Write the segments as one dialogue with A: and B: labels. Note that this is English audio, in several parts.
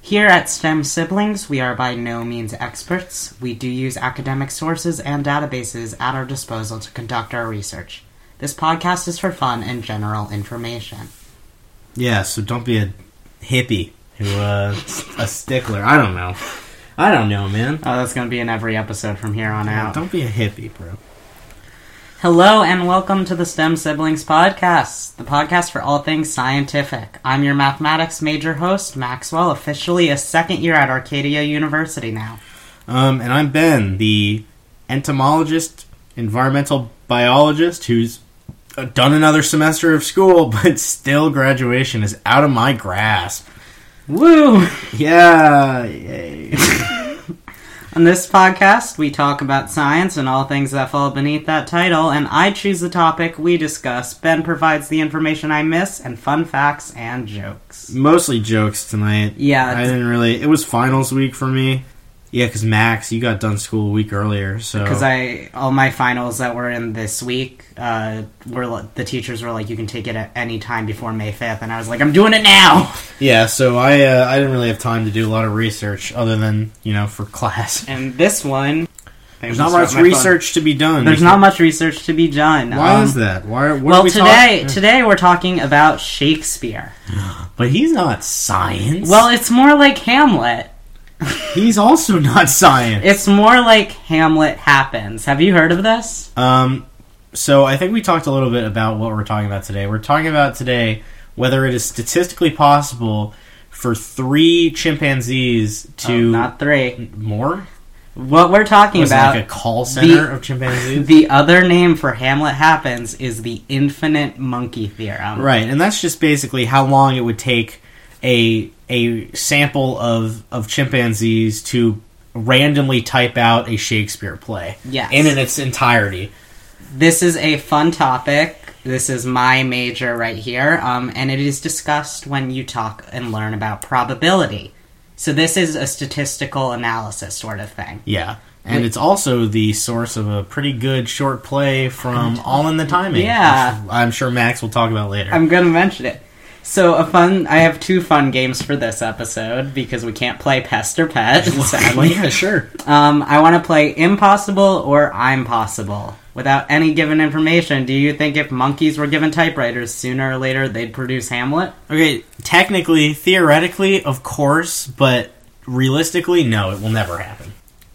A: Here at STEM Siblings, we are by no means experts. We do use academic sources and databases at our disposal to conduct our research. This podcast is for fun and general information.
B: Yeah, so don't be a hippie who uh, a stickler. I don't know. I don't know, man.
A: Oh, that's going to be in every episode from here on out.
B: Don't be a hippie, bro.
A: Hello and welcome to the STEM Siblings Podcast, the podcast for all things scientific. I'm your mathematics major host, Maxwell, officially a second year at Arcadia University now.
B: Um, and I'm Ben, the entomologist, environmental biologist who's uh, done another semester of school, but still graduation is out of my grasp.
A: Woo!
B: Yeah, yay.
A: On this podcast, we talk about science and all things that fall beneath that title, and I choose the topic we discuss. Ben provides the information I miss, and fun facts and jokes.
B: Mostly jokes tonight.
A: Yeah,
B: I
A: it's-
B: didn't really. It was finals week for me. Yeah, because Max, you got done school a week earlier, so
A: Because I all my finals that were in this week uh, were li- the teachers were like, you can take it at any time before May fifth, and I was like, I'm doing it now.
B: Yeah, so I uh, I didn't really have time to do a lot of research other than you know for class.
A: And this one,
B: There's not much research to be done.
A: There's not much research to be done.
B: Why
A: Um,
B: is that? Why? What
A: Well,
B: are we
A: today
B: talking-
A: today we're talking about Shakespeare.
B: but he's not science.
A: Well, it's more like Hamlet.
B: he's also not science.
A: It's more like Hamlet happens. Have you heard of this?
B: Um, so I think we talked a little bit about what we're talking about today. We're talking about today whether it is statistically possible for three chimpanzees to
A: Oh, not three.
B: more.
A: What we're talking
B: Was it
A: about
B: like a call center of chimpanzees?
A: the other name for Hamlet happens is the infinite monkey theorem.
B: Right, and that's just basically how long it would take a a sample of of chimpanzees to randomly type out a Shakespeare play.
A: Yes.
B: And in its entirety.
A: This is a fun topic. This is my major right here, um, and it is discussed when you talk and learn about probability. So this is a statistical analysis sort of thing.
B: Yeah. And it's also the source of a pretty good short play from All in the Timing.
A: Yeah.
B: which I'm sure Max will talk about later.
A: I'm gonna mention it. So a fun. I have two fun games for this episode because we can't play Pest or Pet.
B: Well,
A: Sadly,
B: yeah, sure.
A: Um, I want to play impossible or I'm possible. Without any given information, do you think if monkeys were given typewriters, sooner or later they'd produce Hamlet?
B: Okay, technically, theoretically, of course, but realistically, no, it will never happen.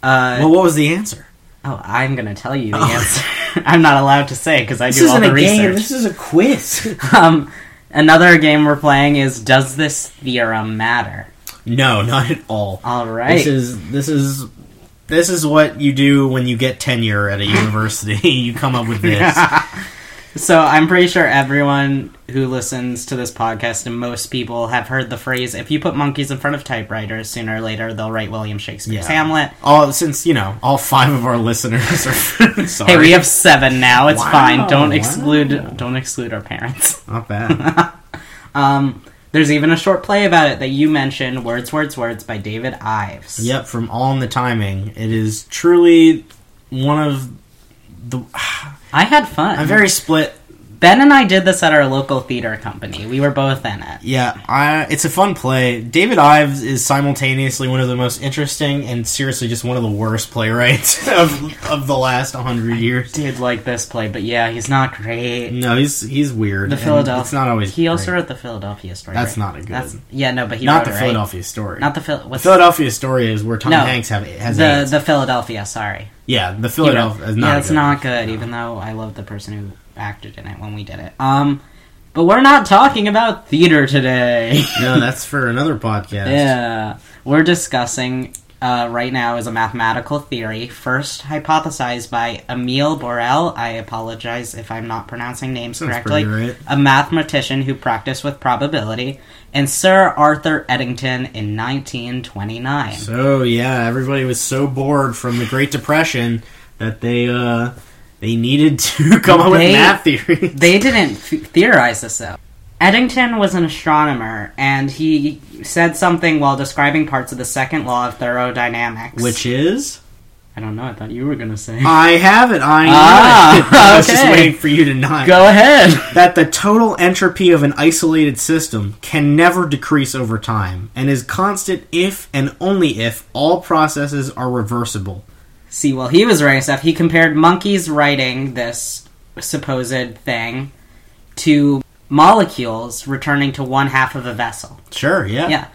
A: Uh,
B: Well, what was the answer?
A: oh, I'm gonna tell you the answer. I'm not allowed to say because I do all the research.
B: is a quiz.
A: Um, another game we're playing is Does this theorem matter?
B: No, not at all.
A: All right.
B: This is this is this is what you do when you get tenure at a university. you come up with this.
A: So I'm pretty sure everyone who listens to this podcast and most people have heard the phrase if you put monkeys in front of typewriters, sooner or later they'll write William Shakespeare's
B: Yeah.
A: Hamlet.
B: All since you know, all five of our listeners are sorry.
A: Hey, we have seven now. It's
B: Wow,
A: fine. Don't
B: wow.
A: exclude don't exclude our parents.
B: not bad.
A: Um there's even a short play about it that you mentioned, Words, Words, Words by David Ives.
B: yep, from all in the timing, it is truly one of the.
A: I had fun.
B: I'm very split.
A: ben and I did this at our local theater company. We were both in it.
B: Yeah, I, it's a fun play. David Ives is simultaneously one of the most interesting and seriously just one of the worst playwrights of of the last hundred years.
A: Did like this play, but yeah, he's not great.
B: No, he's he's weird.
A: The
B: and
A: Philadelphia.
B: Mm, It's not always.
A: He also
B: great.
A: wrote the Philadelphia story. right?
B: That's not a good-
A: That's, yeah, no, but he
B: not
A: wrote
B: the
A: it, right?
B: Philadelphia story.
A: Not the Phil. What's
B: Philadelphia story is where Tom
A: No.
B: Hanks have, has
A: the
B: AIDS.
A: the Philadelphia? Sorry,
B: yeah, the
A: He wrote-
B: Philadelphia. Is uh, not
A: yeah,
B: a
A: it's
B: good
A: not
B: one.
A: good. Even though I love the person who acted in it when we did it. Um, but we're not talking about theater today.
B: No, that's for another podcast.
A: yeah, we're discussing. Uh, right now is a mathematical theory first hypothesized by Emile Borel. I apologize if I'm not pronouncing names
B: Sounds
A: correctly.
B: pretty right.
A: a mathematician who practiced with probability, and Sir Arthur Eddington in 1929.
B: So yeah, everybody was so bored from the Great Depression that they uh they needed to come up
A: They-
B: with math theory.
A: They didn't f- theorize this though. Eddington was an astronomer, and he said something while describing parts of the second law of thermodynamics,
B: Which is
A: I don't know. I thought you were gonna say.
B: I have it. I know.
A: Ah,
B: it. I was just
A: okay.
B: waiting for you to not.
A: Go ahead.
B: That the total entropy of an isolated system can never decrease over time and is constant if and only if all processes are reversible.
A: See, while he was writing stuff, he compared monkeys writing this supposed thing to molecules returning to one half of a vessel.
B: Sure, yeah.
A: Yeah.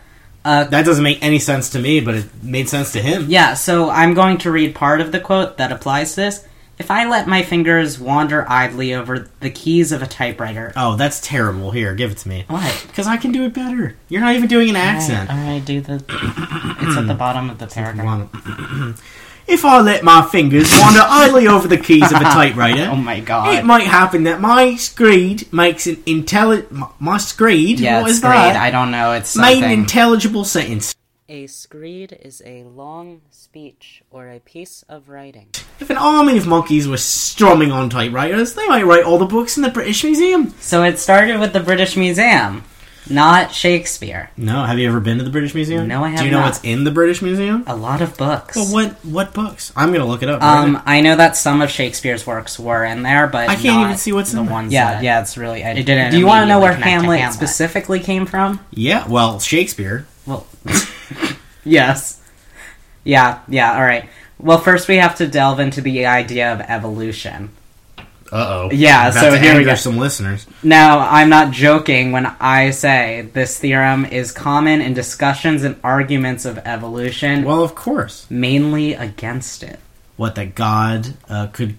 A: Uh,
B: That doesn't make any sense to me, but it made sense to him.
A: Yeah, so I'm going to read part of the quote that applies to this. If I let my fingers wander idly over the keys of a typewriter.
B: Oh, that's terrible. Here, give it to me.
A: What?
B: Because I can do it better. You're not even doing an accent.
A: All right, do the. It's at the bottom of the paragraph.
B: One- if I let my fingers wander idly over the keys of a typewriter,
A: Oh my
B: it
A: god.
B: might happen that my screed makes an intelli- my, my screed.
A: yeah,
B: what
A: it's
B: is
A: great.
B: that?
A: I don't know. It's
B: made an
A: something.
B: intelligible sentence.
A: a screed is a long speech or a piece of writing.
B: If an army of monkeys were strumming on typewriters, they might write all the books in the British Museum.
A: So it started with the British Museum, not Shakespeare.
B: No, have you ever been to the British Museum?
A: No, I
B: Do
A: have
B: you know
A: not.
B: what's in the British Museum?
A: A lot of books.
B: Well, what what books? I'm gonna look it up.
A: Um, I know that some of Shakespeare's works were in there, but
B: I can't
A: not
B: even see what's
A: the
B: in there.
A: ones.
C: Yeah,
A: that-
C: yeah, it's really. I,
A: It didn't.
C: Do you want to know
A: immediately
C: where
A: connect to
C: Hamlet, specifically?
A: specifically came from?
B: yeah, well, Shakespeare.
A: Well, yes, yeah, yeah. All right. Well, first we have to delve into the idea of evolution.
B: Uh oh.
A: Yeah, so here we go.
B: some listeners.
A: Now, I'm not joking when I say this theorem is common in discussions and arguments of evolution,
B: Well, of course.
A: mainly against it.
B: What that God uh, could.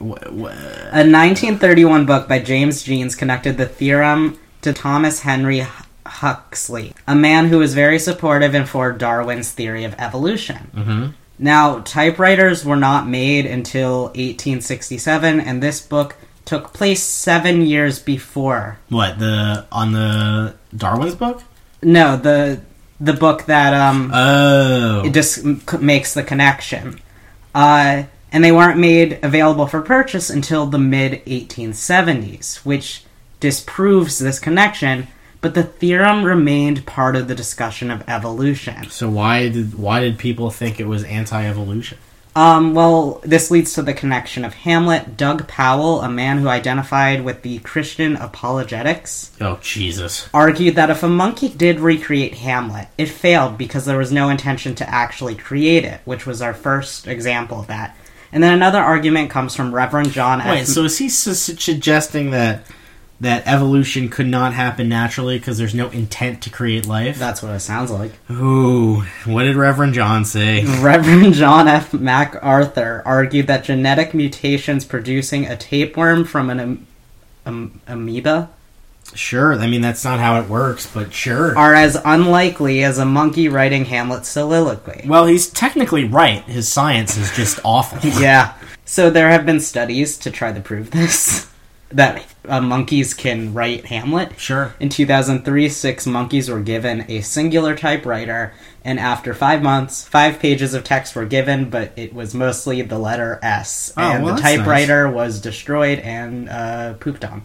B: wh- wh-
A: A 1931 book by James Jeans connected the theorem to Thomas Henry H- Huxley, a man who was very supportive and for Darwin's theory of evolution.
B: Mhm.
A: Now, typewriters were not made until 1867, and this book took place seven years before.
B: What the on the Darwin's book?
A: No, the the book that um
B: Oh,
A: it just m- c- makes the connection. Uh, and they weren't made available for purchase until the mid 1870s, which disproves this connection, but the theorem remained part of the discussion of evolution.
B: So why did why did people think it was anti-evolution?
A: Um, well, this leads to the connection of Hamlet, Doug Powell, a man who identified with the Christian apologetics.
B: Oh Jesus!
A: argued that if a monkey did recreate Hamlet, it failed because there was no intention to actually create it, which was our first example of that. And then another argument comes from Reverend John F.
B: Wait, so is he su- su- suggesting that that evolution could not happen naturally because there's no intent to create life?
A: That's what it sounds like.
B: Ooh, what did Reverend John say?
A: Reverend John F. MacArthur argued that genetic mutations producing a tapeworm from an am- am- amoeba
B: Sure, I mean that's not how it works, but sure.
A: are as unlikely as a monkey writing Hamlet's soliloquy.
B: Well, he's technically right. His science is just awful.
A: yeah. So there have been studies to try to prove this that uh, monkeys can write Hamlet.
B: Sure.
A: In 2003, six monkeys were given a singular typewriter, and after five months, five pages of text were given, but it was mostly the letter S.
B: Oh,
A: and
B: well,
A: the
B: that's nice.
A: typewriter was destroyed and uh, pooped on.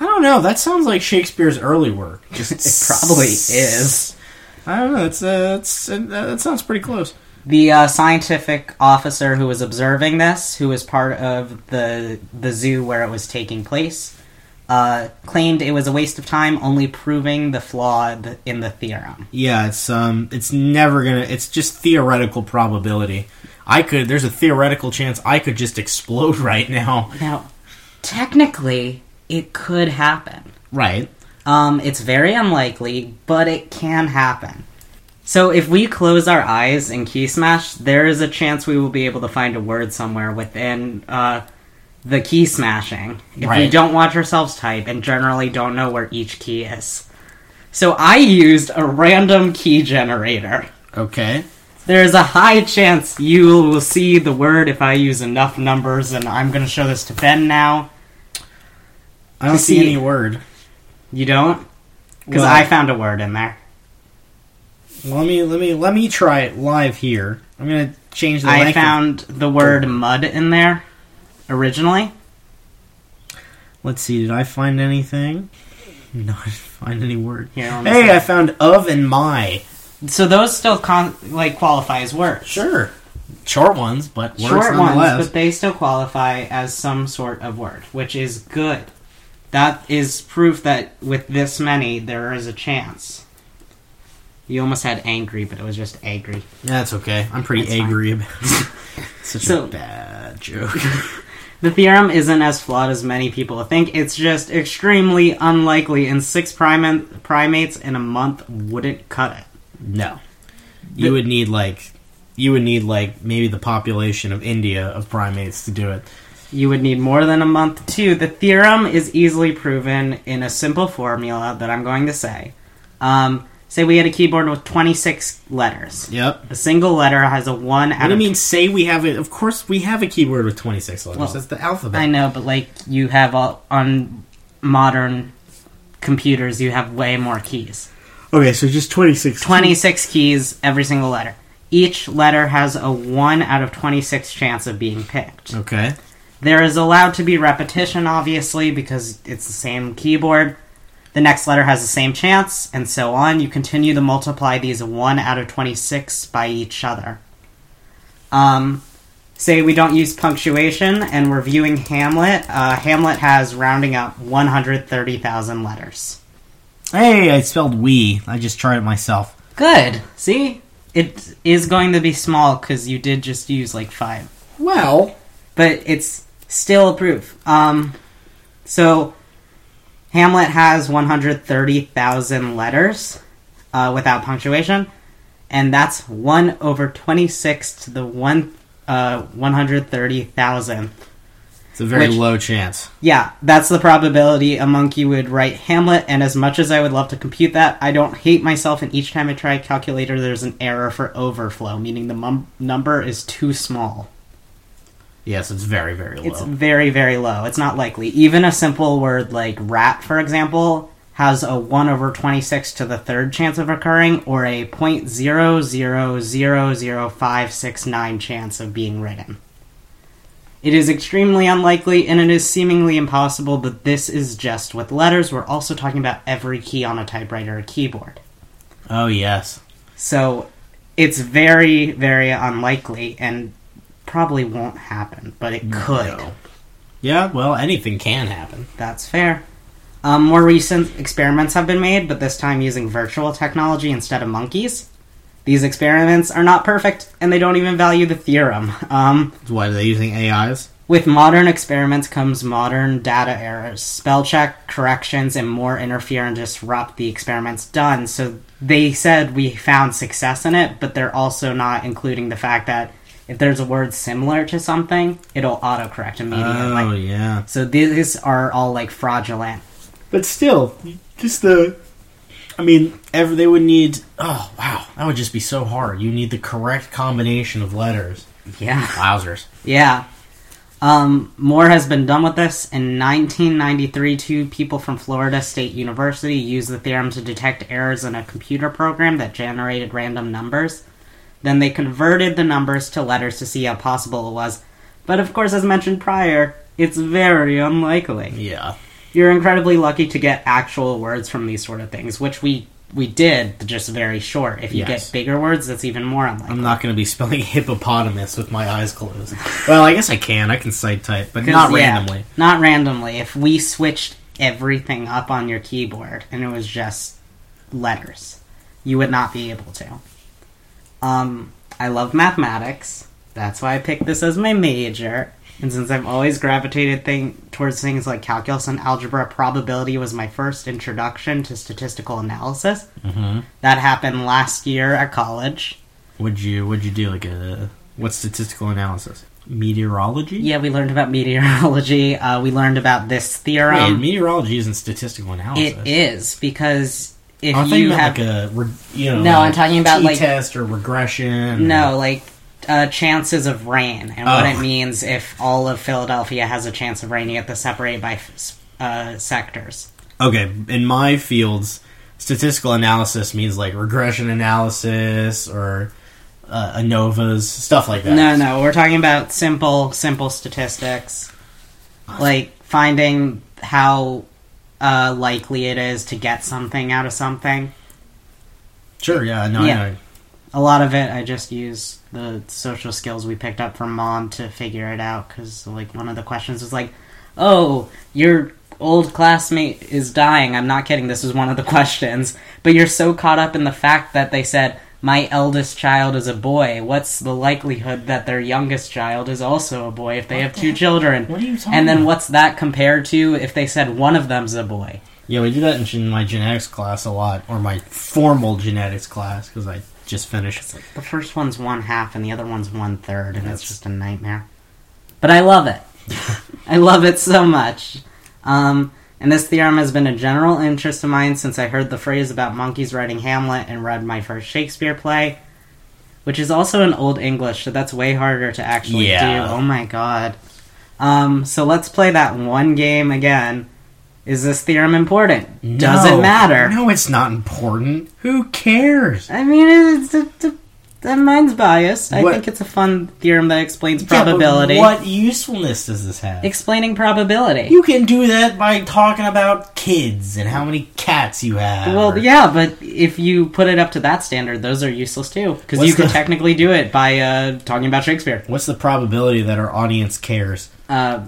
B: I don't know. That sounds like Shakespeare's early work. Just
A: It probably is.
B: I don't know. It's uh, it's uh, that sounds pretty close.
A: The uh, scientific officer who was observing this, who was part of the the zoo where it was taking place, uh, claimed it was a waste of time, only proving the flaw th- in the theorem.
B: Yeah, it's um, it's never gonna. It's just theoretical probability. I could. There's a theoretical chance I could just explode right now.
A: Now, technically, it could happen.
B: Right.
A: Um, it's very unlikely, but it can happen. So, if we close our eyes in Key Smash, there is a chance we will be able to find a word somewhere within uh, the key smashing. If we
B: Right.
A: don't watch ourselves type and generally don't know where each key is. So, I used a random key generator.
B: Okay.
A: There is a high chance you will see the word if I use enough numbers, and I'm going to show this to Ben now.
B: I don't see
A: See-
B: any word.
A: You don't? Because
B: Well-
A: I found a word in there.
B: Let me let me let me try it live here. I'm gonna change the.
A: I
B: length of-
A: found the word mud in there originally.
B: Let's see. Did I find anything?
A: Hmm.
B: No, I didn't find any word.
A: Here, let me see.
B: Hey, I found of and my.
A: So those still con- like qualify as words.
B: Sure. short ones, but words
A: short ones,
B: nonetheless.
A: but they still qualify as some sort of word, which is good. That is proof that with this many, there is a chance. You almost had angry, but it was just angry.
B: yeah, it's okay. I'm pretty
A: That's fine.
B: angry about it. Such
A: So-
B: a bad joke.
A: The theorem isn't as flawed as many people think. It's just extremely unlikely, and six prima- primates in a month wouldn't cut it.
B: no, you
A: The-
B: would need like you would need like maybe the population of India of primates to do it.
A: You would need more than a month too. The theorem is easily proven in a simple formula that I'm going to say. Um, say we had a keyboard with 26 letters.
B: Yep.
A: A single letter has a one out
B: And I
A: of.
B: mean, say we have it. Of course, we have a keyword with 26 letters.
A: Well,
B: That's the alphabet.
A: I know, but like you have all, on modern computers, you have way more keys.
B: Okay, so just 26.
A: 26 keys, every single letter. Each letter has a 1 out of 26 chance of being picked.
B: Okay.
A: There is allowed to be repetition, obviously, because it's the same keyboard. The next letter has the same chance, and so on. You continue to multiply these 1 out of 26 by each other. Um, say we don't use punctuation and we're viewing Hamlet. Uh, Hamlet has rounding up 130,000 letters.
B: Hey, I spelled we. I just tried it myself.
A: Good. See? It is going to be small because you did just use like five.
B: Well,
A: But it's still a proof. Um, so, Hamlet has 130,000 letters uh, without punctuation, and that's 1 over 26 to the one, uh, 130,000th.
B: it's a very
A: Which-
B: low chance.
A: Yeah, that's the probability a monkey would write Hamlet, and as much as I would love to compute that, I don't hate myself, and each time I try a calculator, there's an error for overflow, meaning the mum- number is too small.
B: Yes, it's very, very low.
A: It's very, very low. It's not likely. Even a simple word like rat, for example, has a 1 over 26 to the third chance of occurring, or a 0.0000569 chance of being written. It is extremely unlikely and it is seemingly impossible, but this is just with letters. We're also talking about every key on a typewriter or keyboard.
B: oh, yes.
A: So it's very, very unlikely and probably won't happen, but it could.
B: No. Yeah, well, anything can happen.
A: That's fair. Um, more recent experiments have been made, but this time using virtual technology instead of monkeys. These experiments are not perfect, and they don't even value the theorem. Um,
B: Why are they using AIs?
A: with modern experiments comes modern data errors, spell check, corrections, and more interfere and disrupt the experiments done. So they said we found success in it, but they're also not including the fact that if there's a word similar to something, it'll autocorrect immediately.
B: Oh, yeah.
A: So these are all like fraudulent
B: But still, just the. I mean, ever they would need. Oh, wow. That would just be so hard. You need the correct combination of letters.
A: Yeah.
B: Wowzers.
A: Yeah. Um, more has been done with this. In 1993, two people from Florida State University used the theorem to detect errors in a computer program that generated random numbers. Then they converted the numbers to letters to see how possible it was. But of course, as mentioned prior, it's very unlikely.
B: Yeah.
A: You're incredibly lucky to get actual words from these sort of things, which we we did, but just very short. If you
B: Yes.
A: get bigger words, that's even more unlikely.
B: I'm not going to be spelling hippopotamus with my eyes closed. well, I guess I can. I can sight type, but
A: 'Cause,
B: not
A: yeah,
B: randomly.
A: Not randomly. If we switched everything up on your keyboard and it was just letters, you would not be able to. Um, I love mathematics. That's why I picked this as my major. And since I've always gravitated thing towards things like calculus and algebra, probability was my first introduction to statistical analysis.
B: Mm-hmm.
A: That happened last year at college.
B: Would you Would you do like a what statistical analysis? Meteorology.
A: Yeah, we learned about meteorology. Uh, we learned about this
B: Wait,
A: theorem.
B: meteorology isn't statistical analysis.
A: Um, It is because if
B: I'm
A: you
B: thinking
A: have
B: about like a re- you know.
A: No, I'm
B: like
A: talking about, like-
B: t-test or regression.
A: no like uh, chances of rain and what
B: Oh.
A: it means if all of Philadelphia has a chance of rain, you have to separate by f- s- uh, sectors.
B: Okay, in my fields, statistical analysis means like regression analysis or uh, ANOVAs, stuff like that.
A: No, no, we're talking about simple, simple statistics, like finding how uh, likely it is to get something out of something.
B: Sure. Yeah. No.
A: Yeah.
B: I know.
A: a lot of it, I just use the social skills we picked up from mom to figure it out. Because like one of the questions was like, "Oh, your old classmate is dying." I'm not kidding. This was one of the questions. But you're so caught up in the fact that they said, "My eldest child is a boy." What's the likelihood that their youngest child is also a boy if they have two children?
B: What are you talking
A: and then
B: about?
A: what's that compared to if they said one of them's a boy?
B: Yeah, we do that in gen- my genetics class a lot, or my formal genetics class, because I just finished.
A: The first one's one half and the other one's one third, and it's just a nightmare. But I love it. I love it so much. Um, and this theorem has been a general interest of mine since I heard the phrase about monkeys writing Hamlet and read my first Shakespeare play, which is also in Old English, so that's way harder to actually
B: Yeah.
A: do. Oh my god. Um, so let's play that one game again. Is this theorem important? Does
B: No.
A: it matter?
B: No, it's not important. Who cares?
A: I mean, it's, it's, it's, that mine's biased. I
B: What-
A: think it's a fun theorem that explains
B: Yeah, but
A: probability.
B: what usefulness does this have?
A: Explaining probability.
B: you can do that by talking about kids and how many cats you have.
A: well,
B: or-
A: yeah, but if you put it up to that standard, those are useless too. Because
B: What's
A: you could
B: the-
A: technically do it by uh, talking about Shakespeare.
B: What's the probability that our audience cares?
A: Uh,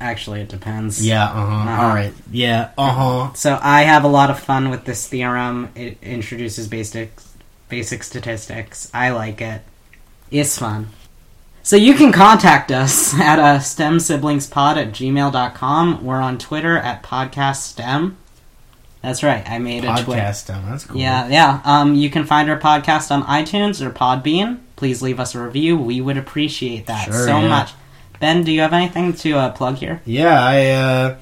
A: actually, it depends.
B: Yeah, uh huh.
A: Uh-huh.
B: right. Yeah, uh huh.
A: So I have a lot of fun with this theorem. It introduces basic basic statistics. I like it. It's fun. So you can contact us at uh, stemsiblingspod at gmail.com. We're on Twitter at podcaststem. That's right. I made a Twitter.
B: Podcast them. That's cool.
A: Yeah, yeah. Um, you can find our podcast on iTunes or Podbean. Please leave us a review. We would appreciate that
B: Sure,
A: so
B: yeah.
A: much. Ben, do you have anything to uh, plug here?
B: Yeah, I uh,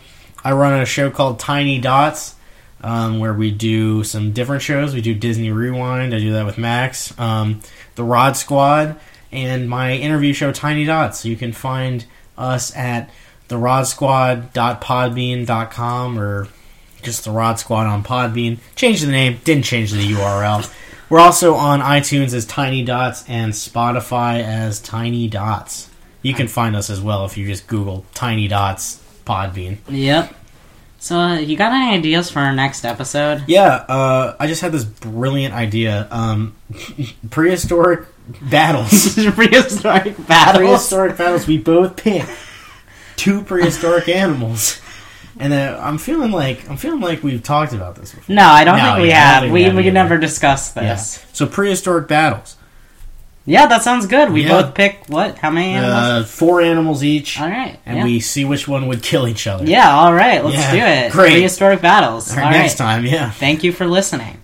B: I run a show called Tiny Dots, um, where we do some different shows. We do Disney Rewind. I do that with Max, um, the Rod Squad, and my interview show Tiny Dots. So you can find us at therodsquad.podbean.com or just the Rod Squad on Podbean. Changed the name, didn't change the URL. We're also on iTunes as Tiny Dots and Spotify as Tiny Dots. You can find us as well if you just Google Tiny Dots Podbean.
A: Yep. So, uh, you got any ideas for our next episode?
B: Yeah, uh, I just had this brilliant idea. Um, prehistoric battles.
A: Prehistoric battles.
B: prehistoric battles. We both pick two prehistoric animals, and uh, I'm feeling like I'm feeling like we've talked about this before.
A: No, I don't
B: No,
A: think we
B: yeah, I
A: have.
B: don't think we
A: We
B: have
A: we
B: either.
A: never discussed
B: Yeah.
A: this.
B: So prehistoric battles.
A: Yeah, that sounds good. We
B: Yeah.
A: both pick what? How many animals?
B: Uh, four animals each,
A: all right.
B: and
A: yeah.
B: we see which one would kill each other.
A: Yeah, all right. Let's
B: Yeah,
A: do it.
B: great.
A: Prehistoric battles.
B: All right, next time, yeah.
A: Thank you for listening.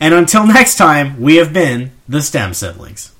B: And until next time, we have been the STEM siblings.